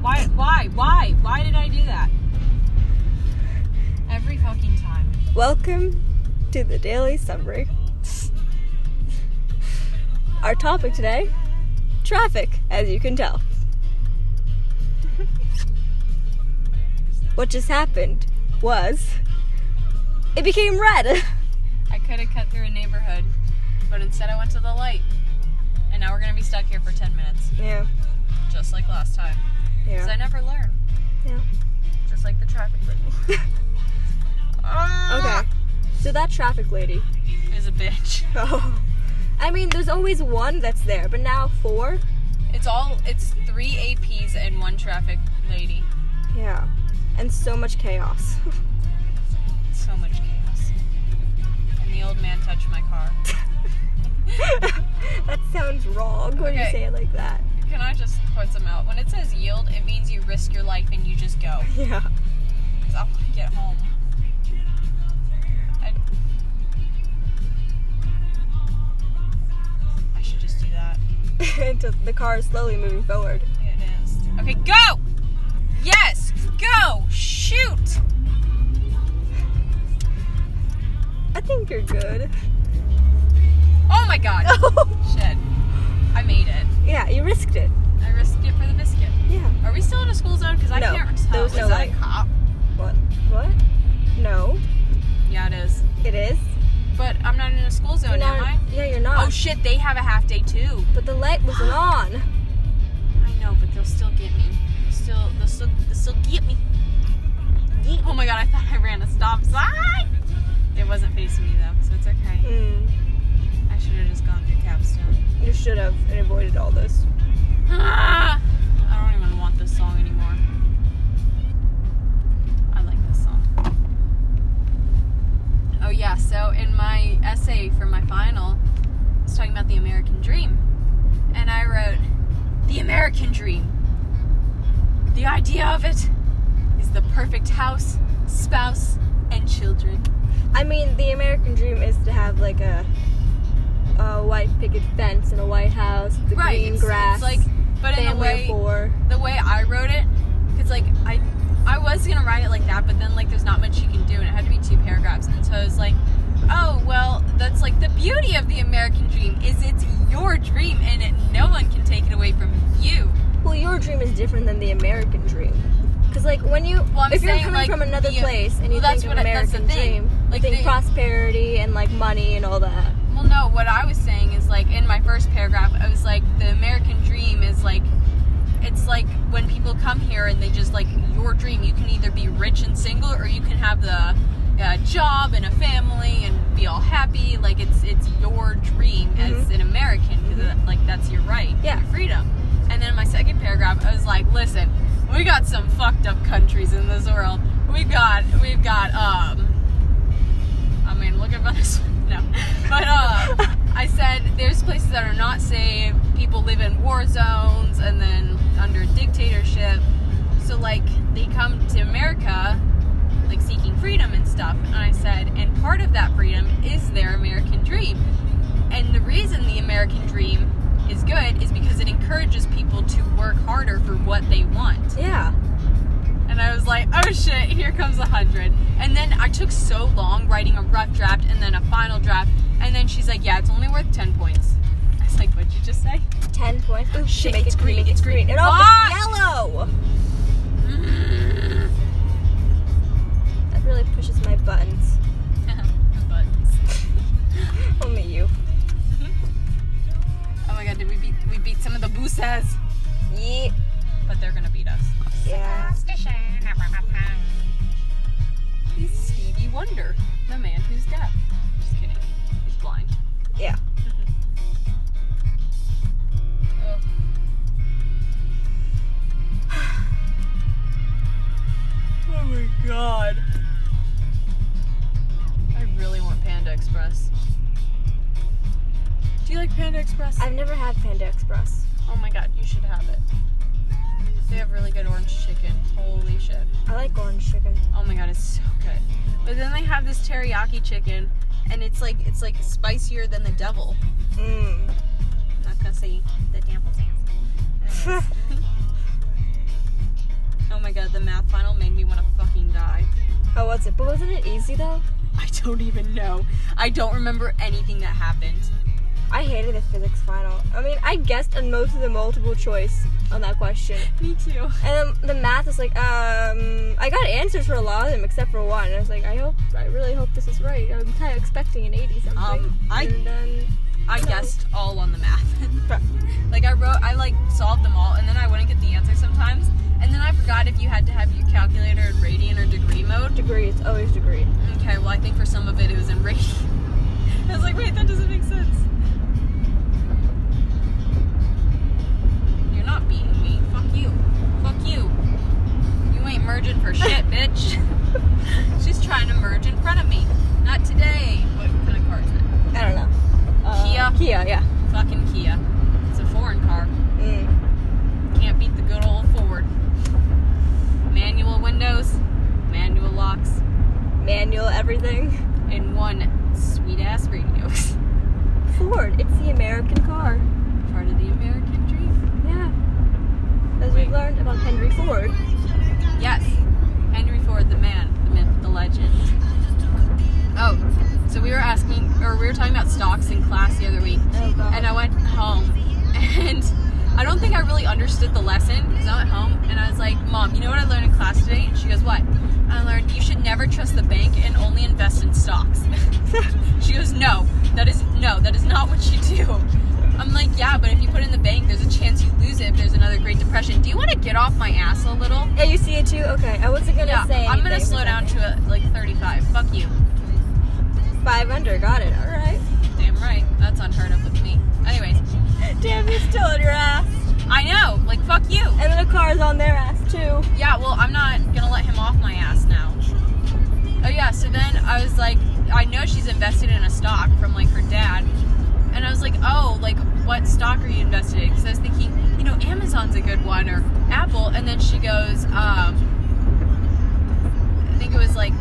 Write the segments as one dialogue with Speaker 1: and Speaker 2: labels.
Speaker 1: Why? Why? Why did I do that? Every fucking time.
Speaker 2: Welcome to the Daily Summary. Our topic today traffic, as you can tell. what just happened was it became red.
Speaker 1: I could have cut through a neighborhood, but instead I went to the light. And now we're gonna be stuck here for 10 minutes,
Speaker 2: yeah,
Speaker 1: just like last time. Because I
Speaker 2: yeah.
Speaker 1: never learn.
Speaker 2: Yeah.
Speaker 1: Just like the traffic lady.
Speaker 2: Okay, so that traffic lady.
Speaker 1: Is a bitch.
Speaker 2: Oh. I mean, there's always one that's there, but now four?
Speaker 1: It's all, it's three APs and one traffic lady.
Speaker 2: Yeah. And so much chaos.
Speaker 1: So much chaos. And the old man touched my car.
Speaker 2: that sounds wrong when you
Speaker 1: Okay.
Speaker 2: say it like that.
Speaker 1: Can I just point some out? When it says yield, it means you risk your life and you just go.
Speaker 2: Yeah.
Speaker 1: Cause I want to get home. I, I should just do that.
Speaker 2: Until the car is slowly moving forward.
Speaker 1: It is. Okay, go. Yes, go. Shoot.
Speaker 2: I think you're good.
Speaker 1: Oh my God. Shit. I made it.
Speaker 2: yeah, you risked it.
Speaker 1: I risked it for the biscuit.
Speaker 2: Yeah.
Speaker 1: Are we still in a school zone? Cause I
Speaker 2: No,
Speaker 1: can't tell.
Speaker 2: there was
Speaker 1: Is
Speaker 2: no
Speaker 1: that
Speaker 2: light.
Speaker 1: a cop?
Speaker 2: What? What? No,
Speaker 1: Yeah, it is.
Speaker 2: it is.
Speaker 1: But I'm not in a school
Speaker 2: You're
Speaker 1: zone,
Speaker 2: not-
Speaker 1: am I?
Speaker 2: Yeah, you're not.
Speaker 1: Oh shit, they have a half day too.
Speaker 2: but the light wasn't on.
Speaker 1: I know, but they'll still get me. They'll still, they'll still, they'll still get me. Yeet. Oh my god, I thought I ran a stop sign. It wasn't facing me though, so it's okay.
Speaker 2: Mm,
Speaker 1: I should have just gone through Capstone.
Speaker 2: you should have and avoided all this.
Speaker 1: Ah! I don't even want this song anymore. I like this song. Oh yeah, so in my essay for my final, I was talking about the American dream. And I wrote, The American dream. The idea of it is the perfect house, spouse, and children.
Speaker 2: I mean, the American dream is to have like a a white picket fence and a white house, the green
Speaker 1: it's,
Speaker 2: grass,
Speaker 1: It's like but in a
Speaker 2: family
Speaker 1: way
Speaker 2: of four.
Speaker 1: the way I wrote it, because like I I was gonna write it like that, but then like there's not much you can do, and it had to be two paragraphs, and so I was like, oh well, that's like the beauty of the American dream is it's your dream, and it, no one can take it away from you.
Speaker 2: Well, your dream is different than the American dream. Because, like, when you,
Speaker 1: Well, I'm
Speaker 2: if you're
Speaker 1: saying,
Speaker 2: coming
Speaker 1: like,
Speaker 2: from another
Speaker 1: the-
Speaker 2: place and you
Speaker 1: well, that's
Speaker 2: think of
Speaker 1: what I- that's the
Speaker 2: American
Speaker 1: thing.
Speaker 2: dream,
Speaker 1: Like,
Speaker 2: you think
Speaker 1: the-
Speaker 2: prosperity and like money and all that.
Speaker 1: Well, no, what I was saying is like in my first paragraph, I was like, the American dream is like, it's like when people come here and they just like, your dream, you can either be rich and single or you can have the uh, job and a family and be all happy. Like, it's it's your dream as an American, 'cause that- like, that's your right,
Speaker 2: Yeah.
Speaker 1: your freedom. And then in my second paragraph, I was like, listen, we got some fucked up countries in this world. We've got, we've got, um, I mean, look at Venezuela. No. But uh, I said there's places that are not safe. People live in war zones and then under dictatorship. So, like, they come to America, like, seeking freedom and stuff. And I said, and part of that freedom is their American dream. And the reason the American dream is good is because it encourages people to work harder for what they want.
Speaker 2: Yeah.
Speaker 1: And I was like, oh shit, here comes a hundred. And then I took so long writing a rough draft and then a final draft. And then she's like, yeah, it's only worth 10 points. I was like, what'd you just say?
Speaker 2: Ten points. Ooh,
Speaker 1: Oh, Shit,
Speaker 2: you make
Speaker 1: it's
Speaker 2: it you
Speaker 1: green,
Speaker 2: make it
Speaker 1: it's green.
Speaker 2: It all
Speaker 1: Fuck! Mm.
Speaker 2: yellow. That really pushes my buttons.
Speaker 1: but,
Speaker 2: Only you.
Speaker 1: oh my god, did we beat, we beat some of the boosas?
Speaker 2: Yeah.
Speaker 1: But they're gonna beat us.
Speaker 2: Yeah.
Speaker 1: He's Stevie Wonder, the man who's deaf. Just kidding. He's blind.
Speaker 2: Yeah.
Speaker 1: Oh. oh my god. I really want Panda Express. Do you like Panda Express?
Speaker 2: I've never had Panda Express.
Speaker 1: oh my god, you should have it. They have really good orange chicken. Holy shit.
Speaker 2: I like orange chicken.
Speaker 1: Oh my god, it's so good. But then they have this teriyaki chicken and it's like it's like spicier than the devil. I'm
Speaker 2: Mmm.
Speaker 1: not gonna say the devil dance. Anyways. oh the math final made me want to fucking die.
Speaker 2: How was it? But wasn't it easy though?
Speaker 1: I don't even know. I don't remember anything that happened.
Speaker 2: I hated the physics final. I mean, I guessed on most of the multiple choice on that question.
Speaker 1: Me too.
Speaker 2: And then the math is like, um, I got answers for a lot of them except for one. And I was like, I hope, I really hope this is right. I was kind of expecting an 80 something.
Speaker 1: Um, I-
Speaker 2: and then,
Speaker 1: I
Speaker 2: No.
Speaker 1: guessed all on the math. like I wrote, I like solved them all, and then I wouldn't get the answer sometimes, and then I forgot if you had to have your calculator in radian or degree mode.
Speaker 2: degree, it's always degree.
Speaker 1: Okay, well I think for some of it it was in radian. I was like, wait, that doesn't make sense. You're not beating me. Fuck you. Fuck you. You ain't merging for shit, bitch. She's trying to merge in front of me. Not today. What kind of car is it?
Speaker 2: I don't know. Uh,
Speaker 1: Kia?
Speaker 2: Kia, yeah.
Speaker 1: Fucking Kia. It's a foreign car.
Speaker 2: Mm.
Speaker 1: Can't beat the good old Ford. Manual windows, manual locks,
Speaker 2: Manual, everything.
Speaker 1: and one sweet ass radio.
Speaker 2: Ford, it's the American car.
Speaker 1: Part of the American dream.
Speaker 2: Yeah. As
Speaker 1: Wait.
Speaker 2: we've learned about Henry Ford.
Speaker 1: Yes, Henry Ford, the man, the myth, the legend. Oh, so we were asking, or we were talking about stocks in class the other week,
Speaker 2: Oh, God.
Speaker 1: and I went home, and I don't think I really understood the lesson because I went home and I was like, "Mom, you know what I learned in class today?" And she goes, "What?" And I learned you should never trust the bank and only invest in stocks. She goes, No, that is no, that is not what you do. I'm like, yeah, but if you put it in the bank, there's a chance you lose it if there's another Great Depression. Do you want to get off my ass a little?
Speaker 2: yeah, you see it too? Okay, I wasn't gonna
Speaker 1: yeah,
Speaker 2: say.
Speaker 1: I'm gonna
Speaker 2: anything,
Speaker 1: slow
Speaker 2: but
Speaker 1: down to a, like 35. Fuck you.
Speaker 2: Five under, got it, alright.
Speaker 1: Damn right. That's unheard of with me. Anyways,
Speaker 2: Damn, you're still on your ass.
Speaker 1: I know. Like, fuck you.
Speaker 2: And then the car's on their ass too.
Speaker 1: Yeah, well, I'm not gonna let him off my ass now. Oh yeah, so then I was like, I know she's invested in a stock from like her dad, and I was like, oh, like what stock are you invested in? Because I was thinking, you know, Amazon's a good one or Apple, and then she goes, um, I think it was like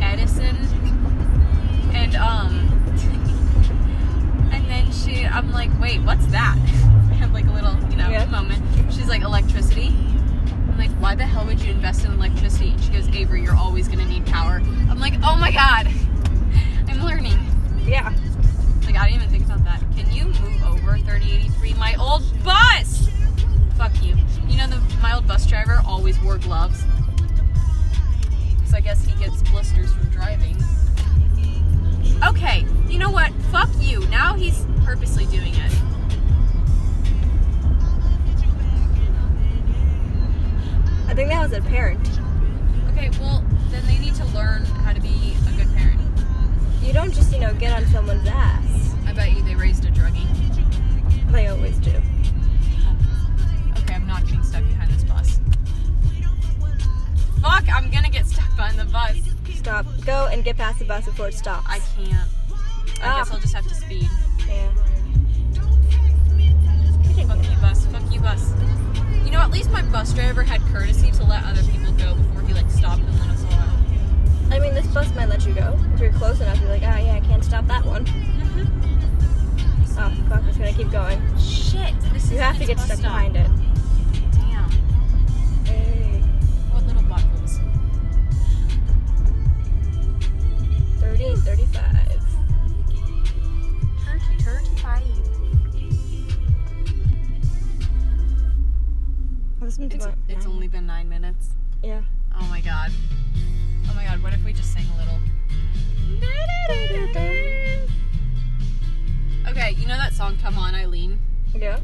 Speaker 1: Edison, and um, and then she, I'm like, wait, what's that? I have like a little, you know,
Speaker 2: Yeah.
Speaker 1: moment. She's like electricity. I'm like, why the hell would you invest in electricity? And she goes, Avery, you're always gonna need power. I'm like, oh my god, I'm learning.
Speaker 2: Yeah.
Speaker 1: Like, I didn't even think about that. Can you move over 3083? My old bus! Fuck you. You know, the, my old bus driver always wore gloves. So I guess he gets blisters from driving. Okay, you know what? Fuck you. Now he's purposely doing it.
Speaker 2: I think that was a parent.
Speaker 1: Okay, well, then they need to learn how to be a good parent.
Speaker 2: You don't just, you know, get on someone's ass.
Speaker 1: I bet you they raised a druggie.
Speaker 2: They always do.
Speaker 1: Okay, I'm not getting stuck behind this bus. Fuck, I'm gonna get stuck behind the bus.
Speaker 2: Stop. Go and get past the bus before it stops.
Speaker 1: I can't. I
Speaker 2: Ah.
Speaker 1: guess I'll just have to speed.
Speaker 2: yeah.
Speaker 1: Fuck you, bus. Fuck you, bus. You know, at least my bus driver had courtesy to let other people go before he like stopped and let us all out.
Speaker 2: I mean, this bus might let you go. If you're close enough, you're like, ah, yeah, I can't stop that one.
Speaker 1: Mm-hmm.
Speaker 2: Oh, fuck, it's gonna keep going.
Speaker 1: Shit, this is
Speaker 2: You have to get stuck behind it.
Speaker 1: Damn.
Speaker 2: Hey,
Speaker 1: What little buckles?
Speaker 2: 30, 35.
Speaker 1: Turkey, turkey, pie.
Speaker 2: Listen
Speaker 1: It's, it's only been nine minutes.
Speaker 2: Yeah.
Speaker 1: Oh my god. Oh my god, what if we just sang a little? Okay, you know that song Come On Eileen?
Speaker 2: Yeah?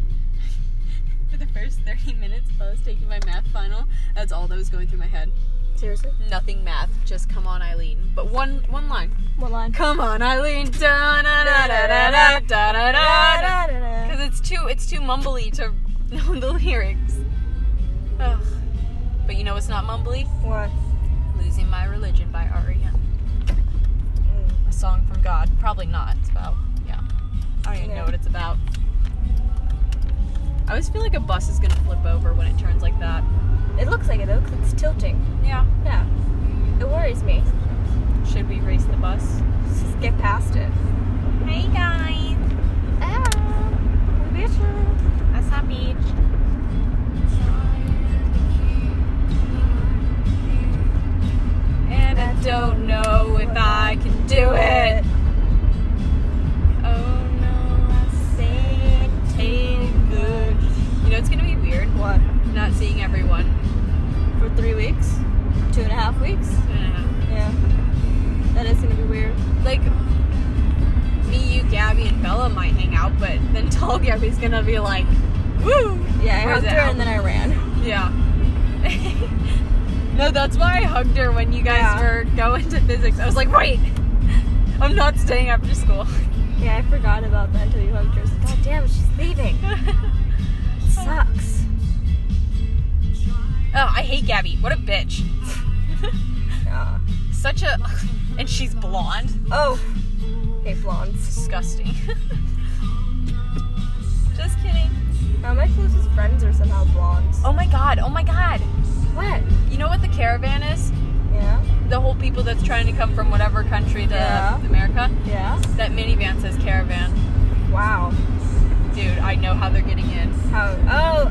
Speaker 1: For the first 30 minutes while I was taking my math final, that's all that was going through my head.
Speaker 2: Seriously?
Speaker 1: Nothing math, just Come On Eileen. But one one line.
Speaker 2: One line.
Speaker 1: Come on Eileen. Da da da da da da da da da. Cuz it's too it's too mumbly to know the lyrics. Ugh. But you know what's not mumbly?
Speaker 2: What?
Speaker 1: Losing My Religion by R.E.M.
Speaker 2: Mm.
Speaker 1: a song from God. Probably not. It's about yeah. I don't even know
Speaker 2: Yeah.
Speaker 1: what it's about. I always feel like a bus is gonna flip over when it turns like that.
Speaker 2: It looks like it though, 'cause it's tilting.
Speaker 1: Yeah.
Speaker 2: Yeah. It worries me.
Speaker 1: Should we race the bus?
Speaker 2: Let's just get past it.
Speaker 1: Hey guys, Ah. that's not beach. if I can do it. Oh no, I said take good. You know it's gonna be weird
Speaker 2: What?
Speaker 1: not seeing everyone.
Speaker 2: For three weeks? Two and a half weeks?
Speaker 1: Uh,
Speaker 2: Yeah. That is gonna be weird.
Speaker 1: like me, you, Gabby, and Bella might hang out, but then tall Gabby's gonna be like, woo!
Speaker 2: Yeah, I
Speaker 1: Where's
Speaker 2: hugged
Speaker 1: it
Speaker 2: her
Speaker 1: out?
Speaker 2: and then I ran.
Speaker 1: Yeah. no, that's why I hugged her when you guys
Speaker 2: Yeah.
Speaker 1: were going to physics. I was like, wait, I'm not staying after school.
Speaker 2: Yeah, I forgot about that until you hugged her. God damn, she's leaving. It sucks.
Speaker 1: Oh, I hate Gabby. What a bitch.
Speaker 2: Aw.
Speaker 1: Such a. And she's blonde.
Speaker 2: Oh. Hey, blondes.
Speaker 1: Disgusting. Just kidding.
Speaker 2: Now, my closest friends are somehow blondes.
Speaker 1: Oh my god. Oh my god.
Speaker 2: what?
Speaker 1: You know what the caravan is?
Speaker 2: Yeah.
Speaker 1: The whole people that's trying to come from whatever country to
Speaker 2: Yeah.
Speaker 1: America.
Speaker 2: Yeah.
Speaker 1: That minivan says caravan.
Speaker 2: Wow.
Speaker 1: Dude, I know how they're getting in.
Speaker 2: How? Oh. Oh.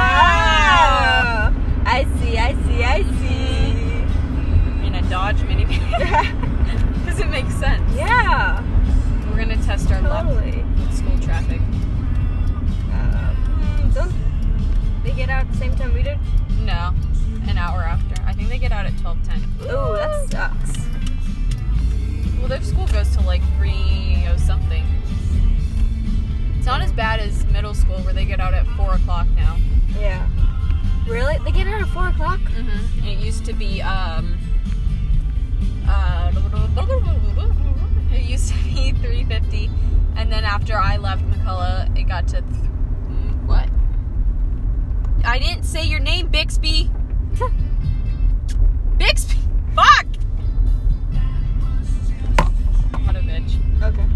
Speaker 1: Ah.
Speaker 2: oh. I see. I see. I see.
Speaker 1: In a Dodge minivan. Because it makes sense.
Speaker 2: yeah.
Speaker 1: We're gonna test our luck
Speaker 2: Totally.
Speaker 1: with school traffic.
Speaker 2: Uh, hmm, don't they get out at the same time we did?
Speaker 1: No, an hour after. I think they get out at twelve ten.
Speaker 2: Oh, that sucks.
Speaker 1: Well, their school goes to like three oh something. It's not as bad as middle school where they get out at four o'clock now.
Speaker 2: Yeah. Really? They get out at four o'clock?
Speaker 1: Mm-hmm. And it used to be um. Uh, it used to be three fifty, and then after I left McCullough, it got to th- mm, what? I didn't say your name, Bixby. Bixby. Fuck. What a bitch.
Speaker 2: Okay.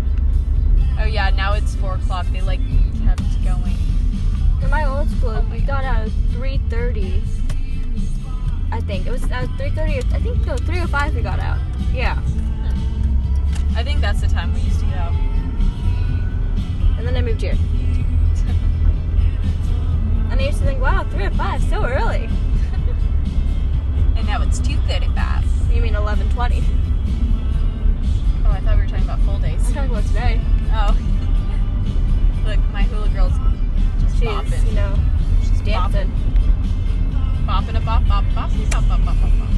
Speaker 1: Oh yeah, now it's four o'clock. They like kept going.
Speaker 2: In my old school,
Speaker 1: Oh my
Speaker 2: we got out at three thirty. I think it was uh, three thirty. I think no, three o five. We got out. Yeah.
Speaker 1: I think that's the time we used to get out.
Speaker 2: And then I moved here. And I used to think, wow, three o five, so early.
Speaker 1: And now it's two thirty-five.
Speaker 2: You mean eleven twenty?
Speaker 1: Oh, I thought we were talking about full days.
Speaker 2: I'm talking about today.
Speaker 1: Oh. Look, my hula girl's just
Speaker 2: She's,
Speaker 1: bopping.
Speaker 2: you know, she's dancing.
Speaker 1: Bopping a bop, bop, bop, bop, bop, bop, bop, bop.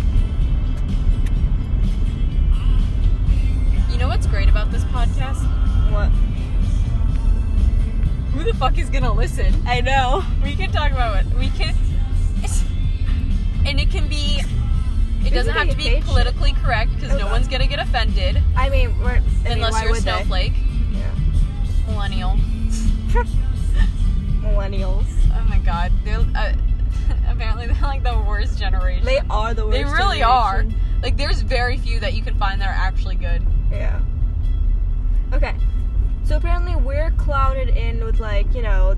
Speaker 1: You know what's great about this podcast?
Speaker 2: What?
Speaker 1: Who the fuck is gonna listen?
Speaker 2: I know.
Speaker 1: We can talk about what we can, it's, and it can be. It
Speaker 2: We
Speaker 1: doesn't
Speaker 2: could
Speaker 1: have
Speaker 2: be
Speaker 1: to
Speaker 2: a bitch.
Speaker 1: be politically correct because
Speaker 2: Oh,
Speaker 1: no
Speaker 2: God.
Speaker 1: one's gonna get offended
Speaker 2: I mean, we're, I mean,
Speaker 1: unless
Speaker 2: why
Speaker 1: you're a
Speaker 2: would they?
Speaker 1: snowflake,
Speaker 2: Yeah.
Speaker 1: millennial.
Speaker 2: Millennials.
Speaker 1: Oh my god, they're uh, apparently they're like the worst generation.
Speaker 2: They are the worst.
Speaker 1: They really are.
Speaker 2: generation.
Speaker 1: Like there's very few that you can find that are actually good.
Speaker 2: Yeah. Okay. So apparently we're clouded in with like, you know,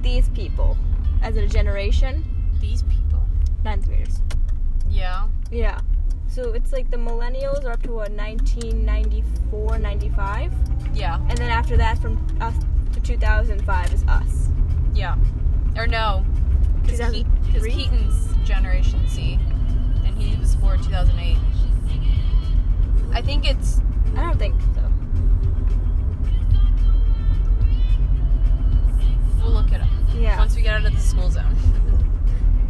Speaker 2: these people as a generation.
Speaker 1: These people.
Speaker 2: Ninth graders.
Speaker 1: Yeah.
Speaker 2: Yeah. So it's like the millennials are up to what, 1994, 95?
Speaker 1: Yeah.
Speaker 2: And then after that, from us to 2005 is us.
Speaker 1: Yeah. Or no, because
Speaker 2: 2003?
Speaker 1: Keaton's Generation C, and he was born 2008. I think it's
Speaker 2: I don't think so.
Speaker 1: We'll look it up
Speaker 2: Yeah.
Speaker 1: once we get out of the school zone.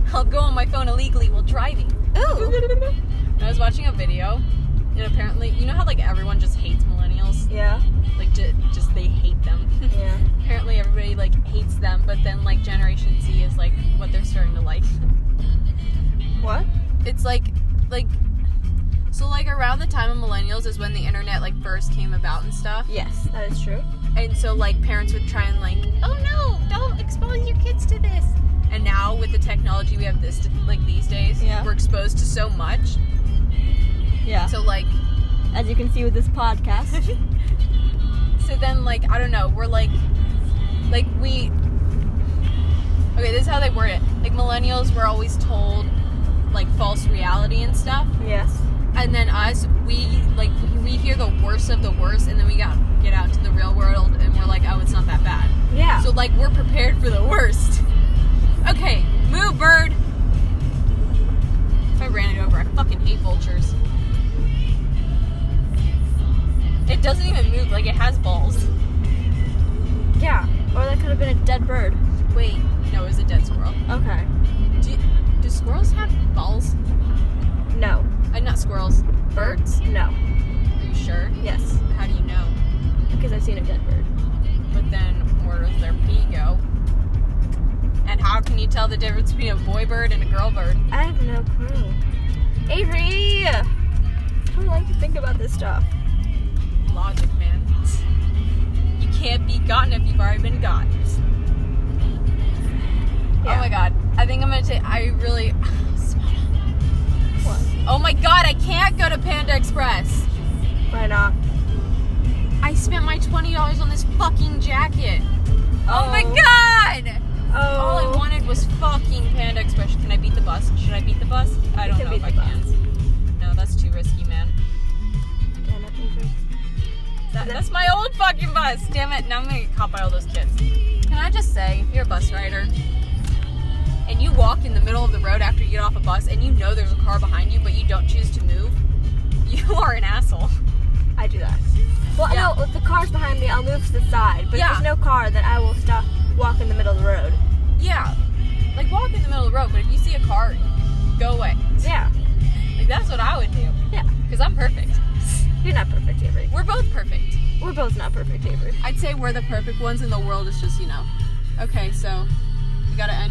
Speaker 1: I'll go on my phone illegally while driving.
Speaker 2: Ooh.
Speaker 1: And I was watching a video, and apparently, you know how like everyone just hates millennials,
Speaker 2: yeah.
Speaker 1: like ju- just they hate them.
Speaker 2: Yeah.
Speaker 1: apparently, everybody like hates them, but then like Generation Z is like what they're starting to like.
Speaker 2: What?
Speaker 1: It's like like so like around the time of millennials is when the internet like first came about and stuff.
Speaker 2: Yes, that is true.
Speaker 1: And so like parents would try and like, oh no, don't expose your kids to this. And now with the technology we have this like these days,
Speaker 2: Yeah.
Speaker 1: we're exposed to so much.
Speaker 2: Yeah.
Speaker 1: So like
Speaker 2: as you can see with this podcast.
Speaker 1: so then like I don't know, we're like like we Okay, this is how they word it. Like millennials were always told like false reality and stuff.
Speaker 2: yes.
Speaker 1: and then us we like we hear the worst of the worst and then we got get out to the real world and we're like oh it's not that bad
Speaker 2: Yeah.
Speaker 1: so like we're prepared for the worst okay move bird if i ran it over i fucking hate vultures Uh,
Speaker 2: seen a dead bird.
Speaker 1: But then where does their pee go? And how can you tell the difference between a boy bird and a girl bird?
Speaker 2: I have no clue. Avery! I don't like to think about this stuff.
Speaker 1: Logic, man. You can't be gotten if you've already been got. Oh
Speaker 2: Yeah.
Speaker 1: my god. I think I'm gonna take. I really.
Speaker 2: What?
Speaker 1: Oh my god, I can't go to Panda Express.
Speaker 2: Why not?
Speaker 1: I spent my $20 on this fucking jacket. Oh, my
Speaker 2: Oh.
Speaker 1: god!
Speaker 2: Oh.
Speaker 1: All I wanted was fucking Panda Express. Can I beat the bus? Should I beat the bus? I
Speaker 2: You
Speaker 1: don't
Speaker 2: can
Speaker 1: know
Speaker 2: beat
Speaker 1: if I
Speaker 2: the bus.
Speaker 1: can. No, that's too risky, man.
Speaker 2: Damn it, Avery.
Speaker 1: That, that's my old fucking bus. Damn it. Now I'm gonna get caught by all those kids. Can I just say, you're a bus rider. And you walk in the middle of the road after you get off a bus and you know there's a car behind you, but you don't choose to move. You are an asshole.
Speaker 2: I do that. Well,
Speaker 1: Yeah.
Speaker 2: no, if the car's behind me, I'll move to the side. But
Speaker 1: Yeah.
Speaker 2: if there's no car, then I will stop, walk in the middle of the road.
Speaker 1: Yeah. Like walk in the middle of the road, but if you see a car, go away.
Speaker 2: Yeah.
Speaker 1: Like that's what I would do.
Speaker 2: Yeah.
Speaker 1: Because I'm perfect.
Speaker 2: You're not perfect, Avery.
Speaker 1: We're both perfect.
Speaker 2: We're both not perfect, Avery.
Speaker 1: I'd say we're the perfect ones in the world. It's just, you know. Okay, so we gotta end.